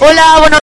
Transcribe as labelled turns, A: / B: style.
A: Hola, buenos